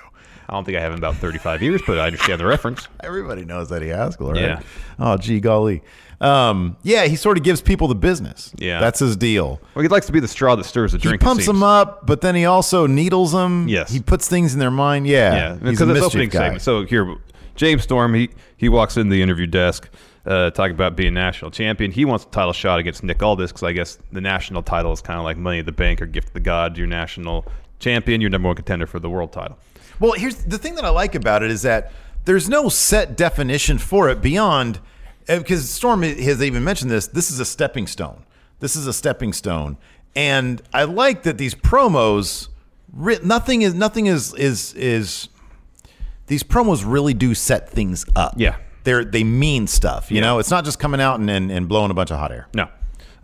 Speaker 2: I don't think I have in about 35 years, but I understand the reference.
Speaker 1: everybody knows Eddie Haskell, right?
Speaker 2: Yeah.
Speaker 1: Oh, gee, golly. Um, yeah, he sort of gives people the business.
Speaker 2: Yeah.
Speaker 1: that's his deal.
Speaker 2: Well, he likes to be the straw that stirs the
Speaker 1: He
Speaker 2: drink. it
Speaker 1: pumps
Speaker 2: seems.
Speaker 1: them up, but then he also needles them.
Speaker 2: Yes.
Speaker 1: he puts things in their mind. Yeah,
Speaker 2: Yeah,
Speaker 1: he's
Speaker 2: because
Speaker 1: a
Speaker 2: it's
Speaker 1: mischief
Speaker 2: opening
Speaker 1: guy.
Speaker 2: segment. So here, James Storm, he he walks in the interview desk, uh, talking about being national champion. He wants a title shot against Nick Aldis because I guess the national title is kind of like Money in the Bank or Gift of the Gods. You're national champion. You're number one contender for the world title.
Speaker 1: Well, here's the thing that I like about it is that there's no set definition for it beyond because Storm has even mentioned this. This is a stepping stone. This is a stepping stone, and I like that these promos. ri- Nothing is nothing is is is. These promos really do set things up.
Speaker 2: Yeah.
Speaker 1: they're they mean stuff. You know, it's not just coming out and, and and blowing a bunch of hot air.
Speaker 2: No.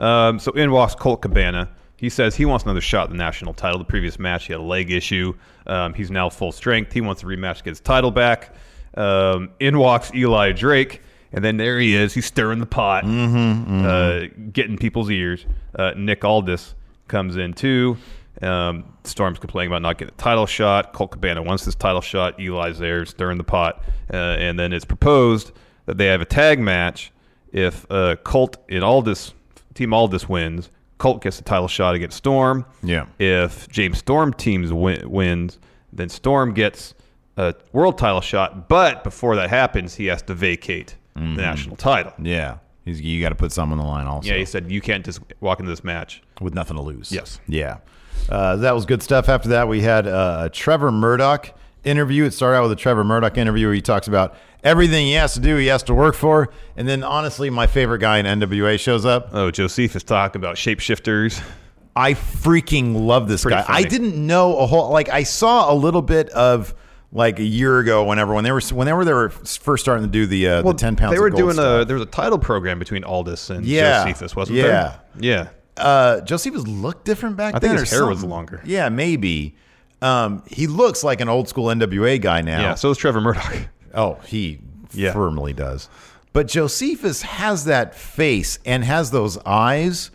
Speaker 2: Um, so in walks Colt Cabana. He says he wants another shot at the national title. The previous match, he had a leg issue. Um, he's now full strength. He wants a rematch to get his title back. Um, in walks Eli Drake. And then there he is. He's stirring the pot,
Speaker 1: Mm.
Speaker 2: Uh, getting people's ears. Uh, Nick Aldis comes in too. Um, Storm's complaining about not getting a title shot. Colt Cabana wants his title shot. Eli's there, stirring the pot. Uh, and then it's proposed that they have a tag match if uh, Colt in Aldis team Aldis wins, Colt gets the title shot against Storm.
Speaker 1: Yeah.
Speaker 2: If James Storm teams win, wins, then Storm gets a world title shot. But before that happens, he has to vacate the national title.
Speaker 1: Yeah, He's, you got to put some on the line also.
Speaker 2: Yeah, he said you can't just walk into this match.
Speaker 1: with nothing to lose.
Speaker 2: Yes.
Speaker 1: Yeah. Uh, that was good stuff. After that, we had uh, a Trevor Murdoch interview. It started out with a Trevor Murdoch interview where he talks about everything he has to do, he has to work for. And then, honestly, my favorite guy in NWA shows up.
Speaker 2: Oh, Josephus talking about shapeshifters.
Speaker 1: I freaking love this
Speaker 2: Pretty
Speaker 1: guy.
Speaker 2: funny.
Speaker 1: I didn't know a whole like I saw a little bit of like a year ago whenever when they were whenever they were first starting to do the uh, the ten pounds.
Speaker 2: They were
Speaker 1: of gold
Speaker 2: doing
Speaker 1: stuff.
Speaker 2: a there was a title program between Aldis and
Speaker 1: Yeah.
Speaker 2: Josephus, wasn't
Speaker 1: Yeah.
Speaker 2: there? Yeah.
Speaker 1: uh, Josephus looked different back
Speaker 2: I
Speaker 1: then.
Speaker 2: think his
Speaker 1: or
Speaker 2: hair was
Speaker 1: something.
Speaker 2: longer.
Speaker 1: Yeah, maybe. Um, he looks like an old school NWA guy now.
Speaker 2: Yeah. So is Trevor Murdoch.
Speaker 1: Oh, he
Speaker 2: Yeah.
Speaker 1: firmly does. But Josephus has that face and has those eyes,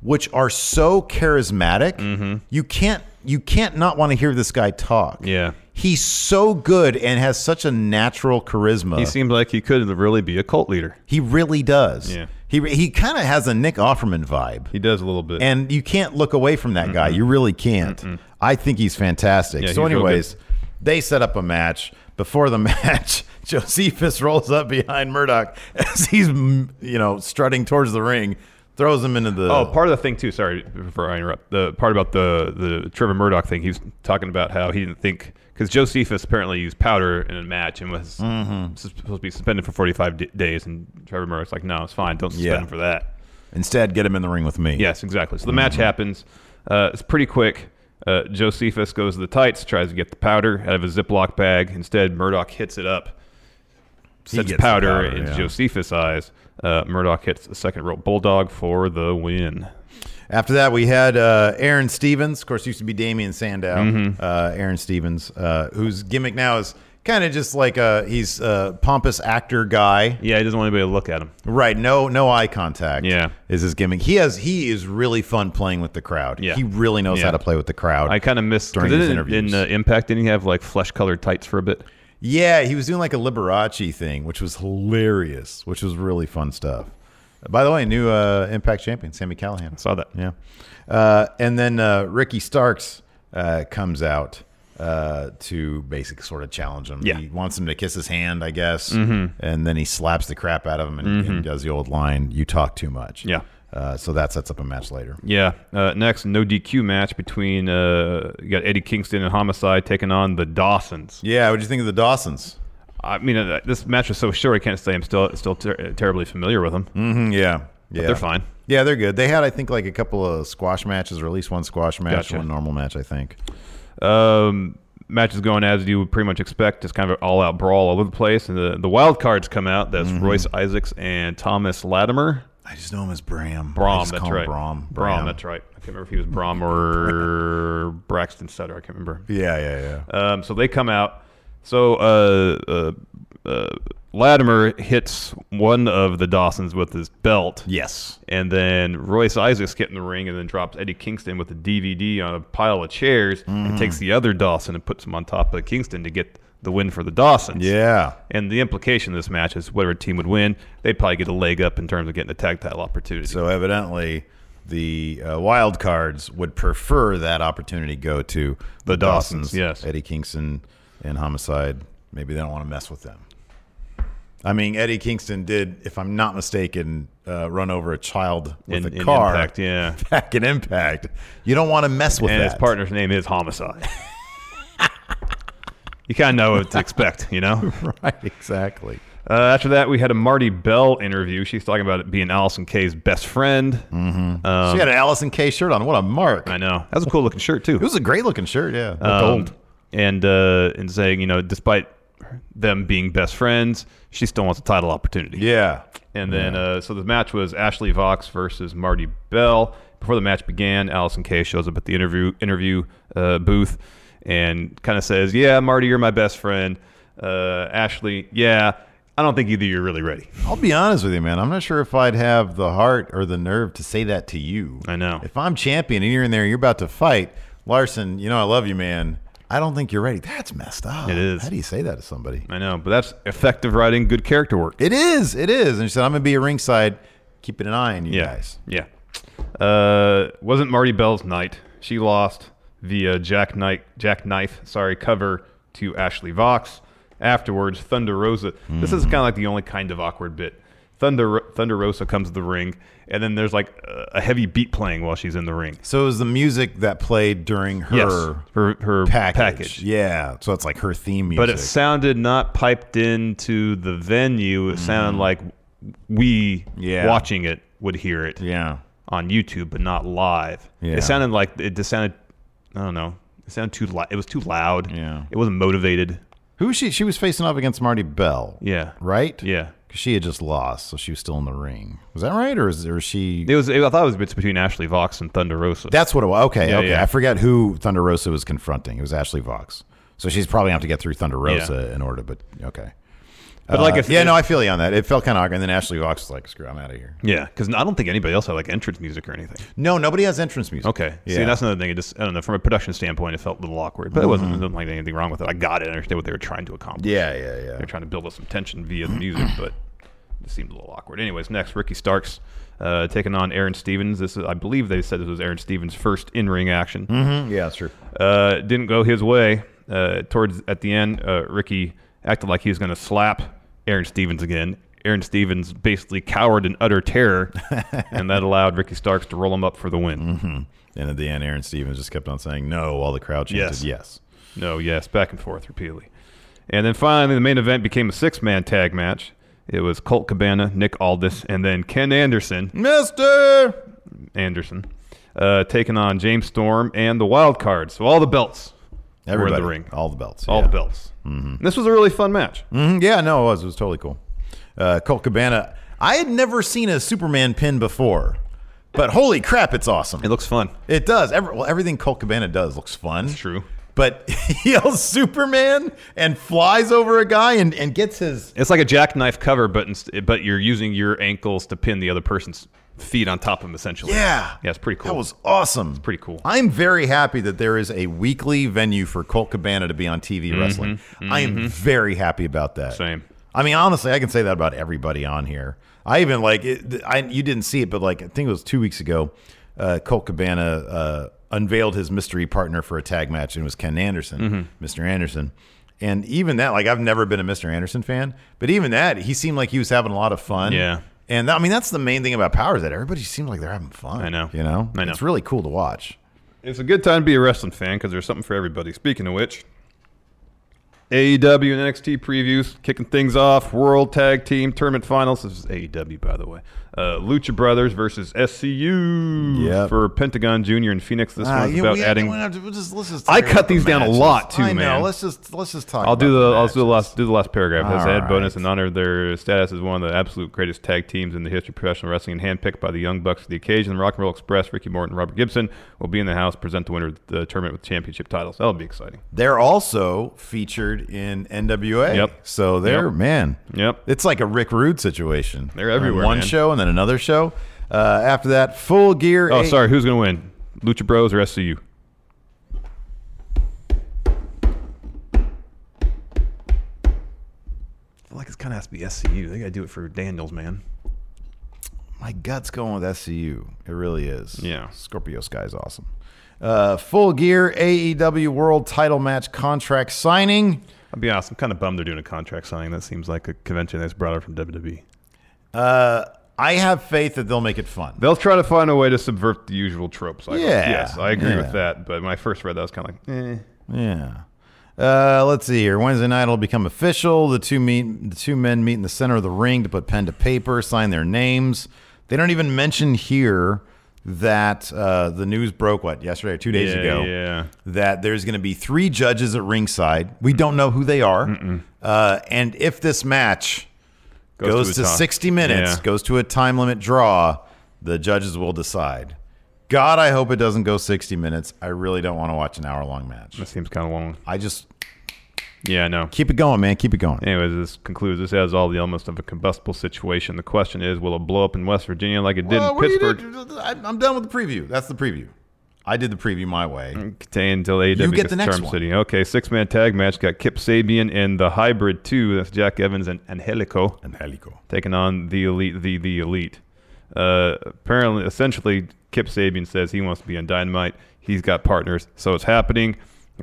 Speaker 1: which are so charismatic.
Speaker 2: Mm-hmm.
Speaker 1: You can't you can't not want to hear this guy talk.
Speaker 2: Yeah.
Speaker 1: he's so good and has such a natural charisma.
Speaker 2: *laughs* He seemed like he could really be a cult leader.
Speaker 1: he really does.
Speaker 2: Yeah.
Speaker 1: he he kind of has a Nick Offerman vibe.
Speaker 2: He does a little bit.
Speaker 1: And you can't look away from that guy. You really can't. I think he's fantastic.
Speaker 2: Yeah,
Speaker 1: so,
Speaker 2: he's real
Speaker 1: anyways, they set up a match. Before the *laughs* match, Josephus rolls up behind Murdoch *laughs* as he's, mm, you know, strutting towards the ring, throws him into the.
Speaker 2: Oh, part of the thing too. Sorry before I interrupt. The part about the the Trevor Murdoch thing. He was talking about how he didn't think because Josephus apparently used powder in a match and was sus- supposed to be suspended for 45 d- days. And Trevor Murdoch's like, no, it's fine. Don't suspend
Speaker 1: Yeah.
Speaker 2: him for that.
Speaker 1: Instead, get him in the ring with me.
Speaker 2: Yes, exactly. So the match happens. Uh, it's pretty quick. Uh, Josephus goes to the tights, tries to get the powder out of his Ziploc bag. Instead, Murdoch hits it up,
Speaker 1: He
Speaker 2: sets
Speaker 1: gets the
Speaker 2: powder,
Speaker 1: powder,
Speaker 2: into
Speaker 1: yeah.
Speaker 2: Josephus' eyes. Uh, Murdoch hits a second rope bulldog for the win.
Speaker 1: After that, we had uh, Aaron Stevens. Of course, used to be Damian Sandow.
Speaker 2: Mm-hmm.
Speaker 1: Uh, Aaron Stevens, uh, whose gimmick now is kind of just like a he's a pompous actor guy.
Speaker 2: Yeah, he doesn't want anybody to look at him.
Speaker 1: Right. No, no eye contact.
Speaker 2: Yeah.
Speaker 1: Is his gimmick. He has, he is really fun playing with the crowd.
Speaker 2: Yeah.
Speaker 1: He really knows
Speaker 2: Yeah.
Speaker 1: how to play with the crowd.
Speaker 2: I kind of missed
Speaker 1: during
Speaker 2: cause
Speaker 1: his
Speaker 2: didn't-
Speaker 1: interviews.
Speaker 2: In uh, Impact, didn't he have like flesh colored tights for a bit?
Speaker 1: yeah. He was doing like a Liberace thing, which was hilarious, which was really fun stuff. By the way, new uh, Impact champion, Sammy Callahan.
Speaker 2: Saw that.
Speaker 1: Yeah. Uh, and then uh, Ricky Starks uh, comes out uh, to basically sort of challenge him.
Speaker 2: Yeah. Mm-hmm.
Speaker 1: He wants him to kiss his hand, I guess, and then he slaps the crap out of him and, and does the old line, "You talk too much."
Speaker 2: Yeah.
Speaker 1: Uh, so that sets up a match later.
Speaker 2: Yeah. Uh, next, no DQ match between uh, you got Eddie Kingston and Homicide taking on the Dawsons.
Speaker 1: Yeah, what do you think of the Dawsons?
Speaker 2: I mean, uh, this match was so short, I can't say I'm still still ter- terribly familiar with them.
Speaker 1: Mm, yeah, yeah,
Speaker 2: they're fine.
Speaker 1: Yeah, they're good. They had, I think, like a couple of squash matches, or at least one squash match,
Speaker 2: Gotcha.
Speaker 1: one normal match, I think.
Speaker 2: Um, match is going as you would pretty much expect. It's kind of an all out brawl all over the place, and the, the wild cards come out. That's
Speaker 1: Mm-hmm.
Speaker 2: Royce Isaacs and Thomas Latimer.
Speaker 1: I just know him as Bram. I
Speaker 2: Brom,
Speaker 1: just
Speaker 2: that's
Speaker 1: call him
Speaker 2: right.
Speaker 1: Bram.
Speaker 2: Brom, that's right. I can't remember if he was Brom or Braxton Sutter. I can't remember.
Speaker 1: Yeah, yeah, yeah.
Speaker 2: Um, so they come out. So uh, uh, uh, Latimer hits one of the Dawsons with his belt.
Speaker 1: Yes.
Speaker 2: And then Royce Isaacs get in the ring and then drops Eddie Kingston with a DVD on a pile of chairs
Speaker 1: Mm.
Speaker 2: and takes the other Dawson and puts him on top of Kingston to get the win for the Dawsons.
Speaker 1: Yeah.
Speaker 2: And the implication of this match is whatever team would win, they'd probably get a leg up in terms of getting a tag title opportunity.
Speaker 1: So evidently, the uh, wild cards would prefer that opportunity go to the,
Speaker 2: Dawsons, yes.
Speaker 1: Eddie Kingston and Homicide. Maybe they don't want to mess with them. I mean, Eddie Kingston did, if I'm not mistaken, uh, run over a child with
Speaker 2: In-
Speaker 1: a
Speaker 2: in
Speaker 1: car.
Speaker 2: Impact, yeah.
Speaker 1: *laughs* Back in Impact. You don't want to mess with
Speaker 2: and
Speaker 1: that. *laughs*
Speaker 2: his partner's name is Homicide. you kind of know what to expect, you know?
Speaker 1: *laughs* Right, exactly.
Speaker 2: Uh, after that, we had a Marty Bell interview. She's talking about it being Allison Kay's best friend.
Speaker 1: Mm. she had an Allison K shirt on. What a mark.
Speaker 2: Um, I know. That was a cool looking shirt, too.
Speaker 1: It was a great looking shirt, yeah. Looked
Speaker 2: Um,
Speaker 1: old.
Speaker 2: And, uh, and saying, you know, despite them being best friends, she still wants a title opportunity.
Speaker 1: Yeah.
Speaker 2: And then, uh, so the match was Ashley Vox versus Marty Bell. Before the match began, Allison Kay shows up at the interview interview uh, booth and kind of says, "Yeah, Marty, you're my best friend. Uh, Ashley, yeah, I don't think either you're really ready."
Speaker 1: I'll be honest with you, man. I'm not sure if I'd have the heart or the nerve to say that to you.
Speaker 2: I know.
Speaker 1: If I'm champion and you're in there, you're about to fight Larson. You know, I love you, man. I don't think you're ready. That's messed up.
Speaker 2: It is.
Speaker 1: How do you say that to somebody?
Speaker 2: I know, but that's effective writing, good character work.
Speaker 1: It is. It is. And she said, "I'm gonna be a ringside, keeping an eye on you
Speaker 2: yeah,
Speaker 1: guys."
Speaker 2: yeah. Uh, wasn't Marty Bell's night? She lost via Jack Knight, Jack Knife, sorry, cover to Ashley Vox. Afterwards, Thunder Rosa. This
Speaker 1: Mm-hmm.
Speaker 2: is kind of like the only kind of awkward bit. Thunder Thunder Rosa comes to the ring, and then there's like a, a heavy beat playing while she's in the ring.
Speaker 1: So it was the music that played during her
Speaker 2: yes, her her
Speaker 1: package.
Speaker 2: package.
Speaker 1: Yeah. So it's like her theme music.
Speaker 2: But it sounded not piped into the venue. It sounded like we
Speaker 1: Mm. Yeah.
Speaker 2: watching it would hear it
Speaker 1: yeah.
Speaker 2: on YouTube, but not live.
Speaker 1: Yeah.
Speaker 2: It sounded like it just sounded. I don't know. It sounded too. Li- it was too loud.
Speaker 1: Yeah.
Speaker 2: It wasn't motivated.
Speaker 1: Who was she? She was facing off against Marty Bell.
Speaker 2: Yeah.
Speaker 1: Right.
Speaker 2: Yeah.
Speaker 1: 'Cause she had just lost, so she was still in the ring. Was that right, or is or is she?
Speaker 2: It was. It, I thought it was between Ashley Vox and Thunder Rosa. Uh,
Speaker 1: That's what it was. Okay,
Speaker 2: Yeah,
Speaker 1: okay.
Speaker 2: yeah.
Speaker 1: I forgot who Thunder Rosa was confronting. It was Ashley Vox. So she's probably gonna have to get through Thunder Rosa in order, but okay. Uh,
Speaker 2: but like if
Speaker 1: yeah, no, I feel you on that. It felt kind of awkward. And then Ashley Vox was like, "Screw, I'm out of here."
Speaker 2: yeah, because I don't think anybody else had like entrance music or anything.
Speaker 1: No, nobody has entrance music.
Speaker 2: Okay,
Speaker 1: yeah,
Speaker 2: see that's another thing. It just I don't know. From a production standpoint, it felt a little awkward, but it wasn't,
Speaker 1: Mm-hmm.
Speaker 2: there wasn't like anything wrong with it. I got it. I understand what they were trying to accomplish.
Speaker 1: yeah, yeah, yeah.
Speaker 2: They're trying to build up some tension via the music, but it seemed a little awkward. Anyways, next Ricky Starks uh, taking on Aaron Stevens. This is, I believe they said this was Aaron Stevens' first in-ring action.
Speaker 1: Mm, yeah, that's true.
Speaker 2: Uh, didn't go his way. Uh, towards at the end, uh, Ricky acted like he was going to slap Aaron Stevens again. Aaron Stevens basically cowered in utter terror, and that allowed Ricky Starks to roll him up for the win.
Speaker 1: And at the end, Aaron Stevens just kept on saying no while the crowd chanted
Speaker 2: Yes.
Speaker 1: yes.
Speaker 2: No, yes, back and forth repeatedly. And then finally, the main event became a six man tag match. It was Colt Cabana, Nick Aldis, and then Ken Anderson.
Speaker 1: Mister.
Speaker 2: Anderson. Uh, taking on James Storm and the Wild Card. So all the belts were
Speaker 1: Everybody,
Speaker 2: in the ring.
Speaker 1: all the belts,
Speaker 2: All
Speaker 1: yeah.
Speaker 2: the belts. Mm-hmm. This was a really fun match.
Speaker 1: Mhm, Yeah, no, it was. It was totally cool. Uh, Colt Cabana. I had never seen a Superman pin before, but holy crap, it's awesome.
Speaker 2: It looks fun.
Speaker 1: It does. Every, well, everything Colt Cabana does looks fun.
Speaker 2: true.
Speaker 1: But *laughs* he yells Superman and flies over a guy and, and gets his.
Speaker 2: It's like a jackknife cover, but inst- but you're using your ankles to pin the other person's feet on top of them, essentially.
Speaker 1: Yeah.
Speaker 2: Yeah, it's pretty cool.
Speaker 1: That was awesome. It's
Speaker 2: pretty cool.
Speaker 1: I'm very happy that there is a weekly venue for Colt Cabana to be on TV wrestling. I am very happy about that.
Speaker 2: Mm-hmm. Same.
Speaker 1: I mean, honestly, I can say that about everybody on here. I even like it, I you didn't see it, but like I think it was two weeks ago, uh, Colt Cabana uh, unveiled his mystery partner for a tag match, and it was Ken Anderson,
Speaker 2: Mm-hmm.
Speaker 1: Mr. Anderson. And even that, like I've never been a Mr. Anderson fan, but even that, he seemed like he was having a lot of fun.
Speaker 2: Yeah.
Speaker 1: And that, I mean, that's the main thing about Power is that everybody seems like they're having fun.
Speaker 2: I know.
Speaker 1: You know?
Speaker 2: I know.
Speaker 1: It's really cool to watch.
Speaker 2: It's a good time to be a wrestling fan because there's something for everybody. Speaking of which, AEW and NXT previews, kicking things off. World Tag Team Tournament Finals. This is AEW, by the way. Uh, Lucha Brothers versus SCU
Speaker 1: Yep.
Speaker 2: for Pentagon Jr. and Phoenix. This
Speaker 1: Ah,
Speaker 2: one's
Speaker 1: you-
Speaker 2: about
Speaker 1: we-
Speaker 2: adding.
Speaker 1: we have to- we'll just- let's just
Speaker 2: I
Speaker 1: talk
Speaker 2: cut
Speaker 1: about the
Speaker 2: these down a
Speaker 1: matches.
Speaker 2: lot, too,
Speaker 1: I know.
Speaker 2: man.
Speaker 1: Let's just let's just talk.
Speaker 2: I'll do the, I'll do the
Speaker 1: matches.
Speaker 2: last do the last paragraph. This
Speaker 1: All
Speaker 2: ad bonus
Speaker 1: right.
Speaker 2: in honor of their status as one of the absolute greatest tag teams in the history of professional wrestling and handpicked by the Young Bucks for the occasion. The Rock and Roll Express, Ricky Morton, and Robert Gibson will be in the house present the winner of the tournament with championship titles. That'll be exciting.
Speaker 1: They're also featured in NWA.
Speaker 2: Yep.
Speaker 1: So they're
Speaker 2: Yep.
Speaker 1: man.
Speaker 2: Yep.
Speaker 1: It's like a Rick Rude situation.
Speaker 2: They're everywhere,
Speaker 1: One
Speaker 2: man.
Speaker 1: show and then another show. Uh, after that, full gear.
Speaker 2: Oh,
Speaker 1: A-
Speaker 2: sorry. Who's gonna win? Lucha Bros or SCU? I feel like it's kind of has to be SCU. They gotta do it for Daniels, man.
Speaker 1: My gut's going with SCU. It really is.
Speaker 2: Yeah.
Speaker 1: Scorpio Sky's awesome. Uh, full gear AEW World Title Match contract signing.
Speaker 2: I'll be honest. I'm kind of bummed they're doing a contract signing. That seems like a convention that's brought up from E. WWE.
Speaker 1: Uh, I have faith that they'll make it fun.
Speaker 2: They'll try to find a way to subvert the usual tropes. I hope.
Speaker 1: Yeah,
Speaker 2: yes, I agree
Speaker 1: yeah.
Speaker 2: with that. But when I first read that, I was kind of like, eh.
Speaker 1: Yeah. Uh, let's see here. Wednesday night will become official. The two meet, the two men meet in the center of the ring to put pen to paper, sign their names. They don't even mention here that uh, the news broke what yesterday or two days
Speaker 2: Yeah,
Speaker 1: ago.
Speaker 2: yeah.
Speaker 1: That there's going to be three judges at ringside. We don't know who they are, uh, and if this match goes, to,
Speaker 2: a tie.
Speaker 1: 60 minutes,
Speaker 2: Yeah.
Speaker 1: goes to a time limit draw, the judges will decide. God, I hope it doesn't go 60 minutes. I really don't want to watch an hour long match.
Speaker 2: That seems kind of long.
Speaker 1: I just
Speaker 2: Yeah, I know.
Speaker 1: keep it going, man. Keep it going.
Speaker 2: Anyways, this concludes. This has all the elements of a combustible situation. The question is, will it blow up in West Virginia like it did
Speaker 1: Well,
Speaker 2: in
Speaker 1: what do you
Speaker 2: Pittsburgh?
Speaker 1: do? I- I'm done with the preview. That's the preview. I did the preview my
Speaker 2: Mm.
Speaker 1: way.
Speaker 2: Contained until AEW
Speaker 1: You get
Speaker 2: gets
Speaker 1: the next
Speaker 2: Charm
Speaker 1: one.
Speaker 2: City. Okay, six man tag match got Kip Sabian and the Hybrid Two. That's Jack Evans and Angelico
Speaker 1: Angelico.
Speaker 2: taking on the elite. The the elite. Uh, apparently, essentially, Kip Sabian says he wants to be on Dynamite. He's got partners, so it's happening.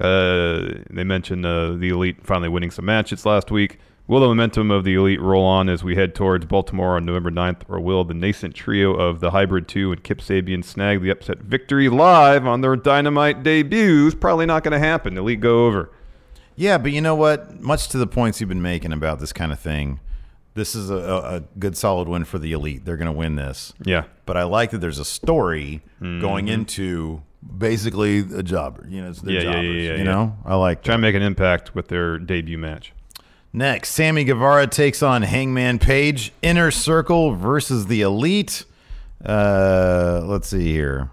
Speaker 2: Uh, they mentioned uh, the elite finally winning some matches last week. Will the momentum of the elite roll on as we head towards Baltimore on November 9th, or will the nascent trio of the Hybrid 2 and Kip Sabian snag the upset victory live on their Dynamite debuts? Probably not going to happen. Elite go over.
Speaker 1: Yeah, but you know what? Much to the points you've been making about this kind of thing, this is a, a, a good solid win for the elite. They're going to win this.
Speaker 2: Yeah. Mm-hmm.
Speaker 1: But I like that there's a story going into basically a jobber. You know, it's their
Speaker 2: Yeah, yeah,
Speaker 1: jobbers.
Speaker 2: yeah, yeah,
Speaker 1: you
Speaker 2: yeah.
Speaker 1: know, I like that.
Speaker 2: Try and make an impact with their debut match.
Speaker 1: Next, Sammy Guevara takes on Hangman Page. Inner Circle versus the Elite. Uh, let's see here.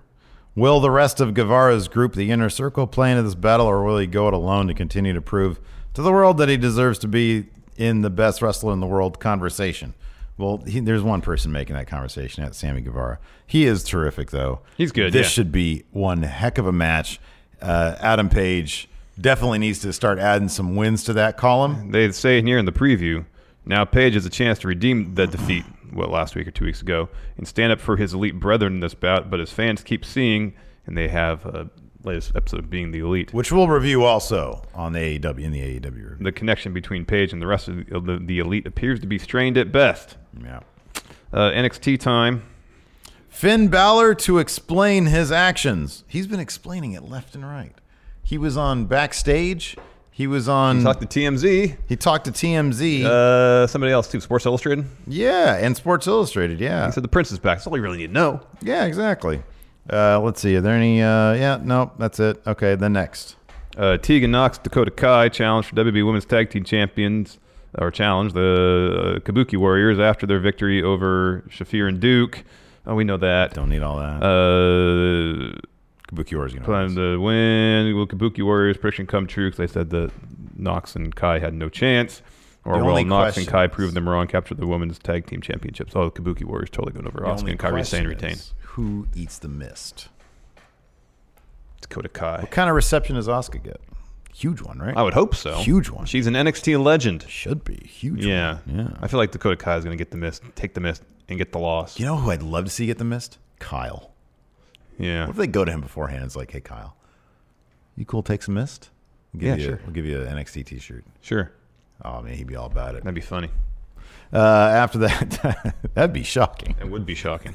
Speaker 1: Will the rest of Guevara's group, the Inner Circle, play into this battle, or will he go it alone to continue to prove to the world that he deserves to be in the best wrestler in the world conversation? Well, he, there's one person making that conversation. That's Sammy Guevara. He is terrific, though.
Speaker 2: He's good,
Speaker 1: This
Speaker 2: yeah.
Speaker 1: should be one heck of a match. Uh, Adam Page definitely needs to start adding some wins to that column.
Speaker 2: They say in here in the preview, now Page has a chance to redeem the defeat, what last week or two weeks ago, and stand up for his elite brethren in this bout. But his fans keep seeing, and they have uh, latest episode of being the elite.
Speaker 1: which we'll review also on the AEW in the E AEW review.
Speaker 2: The connection between Page and the rest of the, of the, the elite appears to be strained at best.
Speaker 1: Yeah.
Speaker 2: Uh, NXT time.
Speaker 1: Finn Balor to explain his actions. He's been explaining it left and right. He was on backstage. He was on. He
Speaker 2: Talk
Speaker 1: talked,
Speaker 2: to TMZ.
Speaker 1: to TMZ.
Speaker 2: Uh, somebody else too. Sports Illustrated.
Speaker 1: yeah, and Sports Illustrated.
Speaker 2: He
Speaker 1: Yeah,
Speaker 2: said the prince is back. That's all you really need to know.
Speaker 1: yeah, exactly. Uh, let's see. Are there any? Uh, yeah, no, that's it. Okay, the next.
Speaker 2: Uh, Tegan Knox, Dakota Kai challenge for WB Women's Tag Team Champions or challenge the uh, Kabuki Warriors after their victory over Shafir and Duke. Oh, we know that.
Speaker 1: Don't need all that.
Speaker 2: Uh,
Speaker 1: Kabuki Warriors gonna
Speaker 2: plan to win. Will Kabuki Warriors prediction come true? Because they said that Knox and Kai had no chance. Or
Speaker 1: The
Speaker 2: will
Speaker 1: only
Speaker 2: Knox and Kai
Speaker 1: question
Speaker 2: prove
Speaker 1: is-
Speaker 2: them wrong? Capture the women's tag team championships. Oh, the Kabuki Warriors totally going over
Speaker 1: The
Speaker 2: Oscar
Speaker 1: only
Speaker 2: and Kyrie Sane
Speaker 1: question
Speaker 2: retain.
Speaker 1: is, Who eats the mist?
Speaker 2: Dakota Kai.
Speaker 1: What kind of reception does Oscar get? Huge one, right?
Speaker 2: I would hope so.
Speaker 1: Huge one.
Speaker 2: She's an NXT legend.
Speaker 1: should be huge.
Speaker 2: Yeah.
Speaker 1: one. yeah.
Speaker 2: I feel like Dakota Kai is going to get the miss, take the miss, and get the loss.
Speaker 1: You know who I'd love to see get the mist? Kyle.
Speaker 2: Yeah.
Speaker 1: What if they go to him beforehand? It's like, hey, Kyle, you cool? Take some mist. We'll give
Speaker 2: Yeah,
Speaker 1: you,
Speaker 2: sure.
Speaker 1: We'll give you an NXT T-shirt.
Speaker 2: Sure.
Speaker 1: Oh man, he'd be all about it.
Speaker 2: That'd be funny.
Speaker 1: Uh, after that, *laughs* that'd be shocking.
Speaker 2: That would
Speaker 1: *laughs*
Speaker 2: be shocking.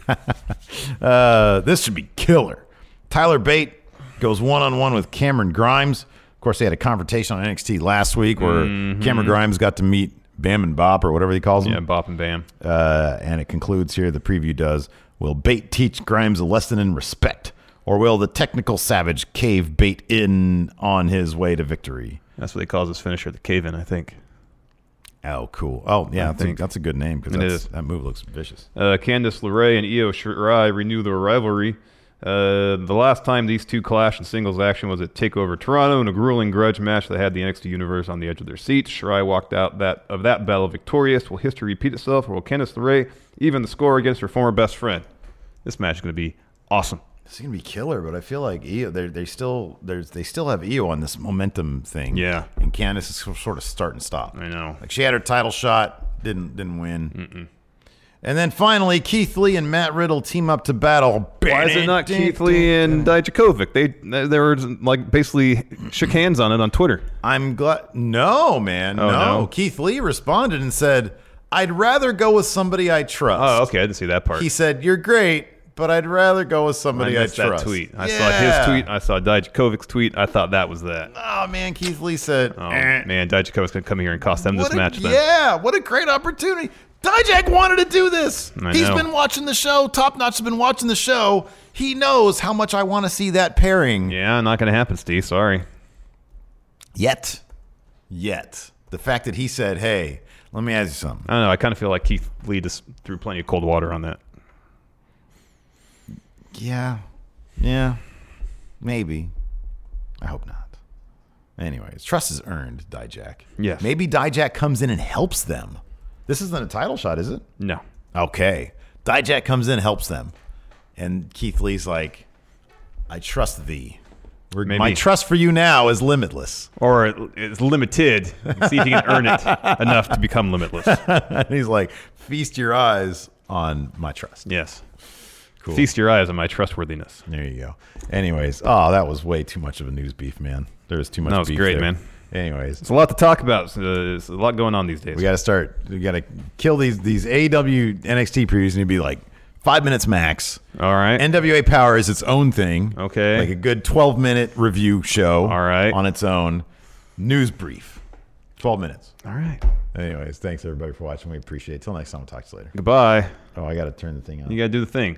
Speaker 1: Uh, this should be killer. Tyler Bate goes one on one with Cameron Grimes. Of course, they had a confrontation on NXT last week where Cameron Grimes got to meet Bam and Bop or whatever he calls them.
Speaker 2: Mm-hmm. yeah, bop and bam.
Speaker 1: Uh, and it concludes here. The preview does. Will Bate teach Grimes a lesson in respect, or will the technical savage cave Bate in on his way to victory?
Speaker 2: That's what he calls his finisher, the cave in, I think.
Speaker 1: Oh, cool. Oh, yeah, I,
Speaker 2: I
Speaker 1: think,
Speaker 2: think-
Speaker 1: that's a good name because
Speaker 2: It
Speaker 1: that's-
Speaker 2: is.
Speaker 1: that move looks vicious.
Speaker 2: Uh, Candice LeRae and Io Shirai renew their rivalry. Uh, the last time these two clashed in singles action was at Takeover Toronto in a grueling grudge match that had the NXT Universe on the edge of their seats. Shirai walked out that of that battle victorious. Will history repeat itself, or will Candice LeRae even the score against her former best friend? This match is going to be awesome.
Speaker 1: This is gonna be killer, but I feel like Io. They they still there's they still have Io on this momentum thing.
Speaker 2: Yeah.
Speaker 1: and Candice is sort of start and stop.
Speaker 2: I know.
Speaker 1: Like she had her title shot, didn't didn't win. And then finally, Keith Lee and Matt Riddle team up to battle.
Speaker 2: Why is it not Keith Lee and Dijakovic? They they were like basically shook hands on it on Twitter.
Speaker 1: I'm glad. No, man,
Speaker 2: Oh,
Speaker 1: no.
Speaker 2: no?
Speaker 1: Keith Lee responded and said, "I'd rather go with somebody I trust."
Speaker 2: Oh, okay, I didn't see that part.
Speaker 1: He said, "You're great, but I'd rather go with
Speaker 2: I
Speaker 1: somebody I,
Speaker 2: missed that
Speaker 1: trust."
Speaker 2: tweet. I
Speaker 1: Yeah.
Speaker 2: saw his tweet. I saw Dijakovic's tweet. I thought that was that.
Speaker 1: Oh man, Keith Lee said,
Speaker 2: Oh
Speaker 1: "Eh."
Speaker 2: man, Dijakovic's gonna come here and cost them
Speaker 1: What
Speaker 2: this
Speaker 1: a-
Speaker 2: match. Then.
Speaker 1: Yeah, what a great opportunity. Dijak wanted to do this.
Speaker 2: I
Speaker 1: He's
Speaker 2: know.
Speaker 1: been watching the show. Top Notch has been watching the show. He knows how much I want to see that pairing.
Speaker 2: Yeah, not gonna happen, Steve. Sorry.
Speaker 1: Yet. Yet. The fact that he said, hey, let me ask you something.
Speaker 2: I don't know. I kind of feel like Keith Lee just threw plenty of cold water on that.
Speaker 1: Yeah. Yeah. Maybe. I hope not. Anyways, trust is earned, Dijak.
Speaker 2: Yes.
Speaker 1: Maybe Dijak comes in and helps them. This isn't a title shot, is it?
Speaker 2: No.
Speaker 1: Okay. Dijak comes in, helps them. And Keith Lee's like, I trust thee. We're-
Speaker 2: Maybe.
Speaker 1: My trust for you now is limitless. *laughs*
Speaker 2: Or it- it's limited. See if you can earn it enough to
Speaker 1: *laughs*
Speaker 2: become limitless.
Speaker 1: and he's like, feast your eyes on my trust.
Speaker 2: Yes. Feast your eyes on my trustworthiness.
Speaker 1: There you go. Anyways, oh, that was way too much of a news beef, man. There was too much
Speaker 2: That was
Speaker 1: beef
Speaker 2: great,
Speaker 1: there.
Speaker 2: man.
Speaker 1: Anyways,
Speaker 2: It's a lot to talk about. So There's a lot going on these days.
Speaker 1: we got to start. We got to kill these these AEW NXT previews and be like five minutes max.
Speaker 2: All right.
Speaker 1: NWA Power is its own thing.
Speaker 2: Okay.
Speaker 1: Like a good 12 minute review show.
Speaker 2: All right.
Speaker 1: On its own. News brief. 12 minutes.
Speaker 2: All right.
Speaker 1: Anyways, thanks everybody for watching. We appreciate it. Till next time, we'll talk to you later.
Speaker 2: Goodbye.
Speaker 1: Oh, I got to turn the thing on.
Speaker 2: You gotta do the thing.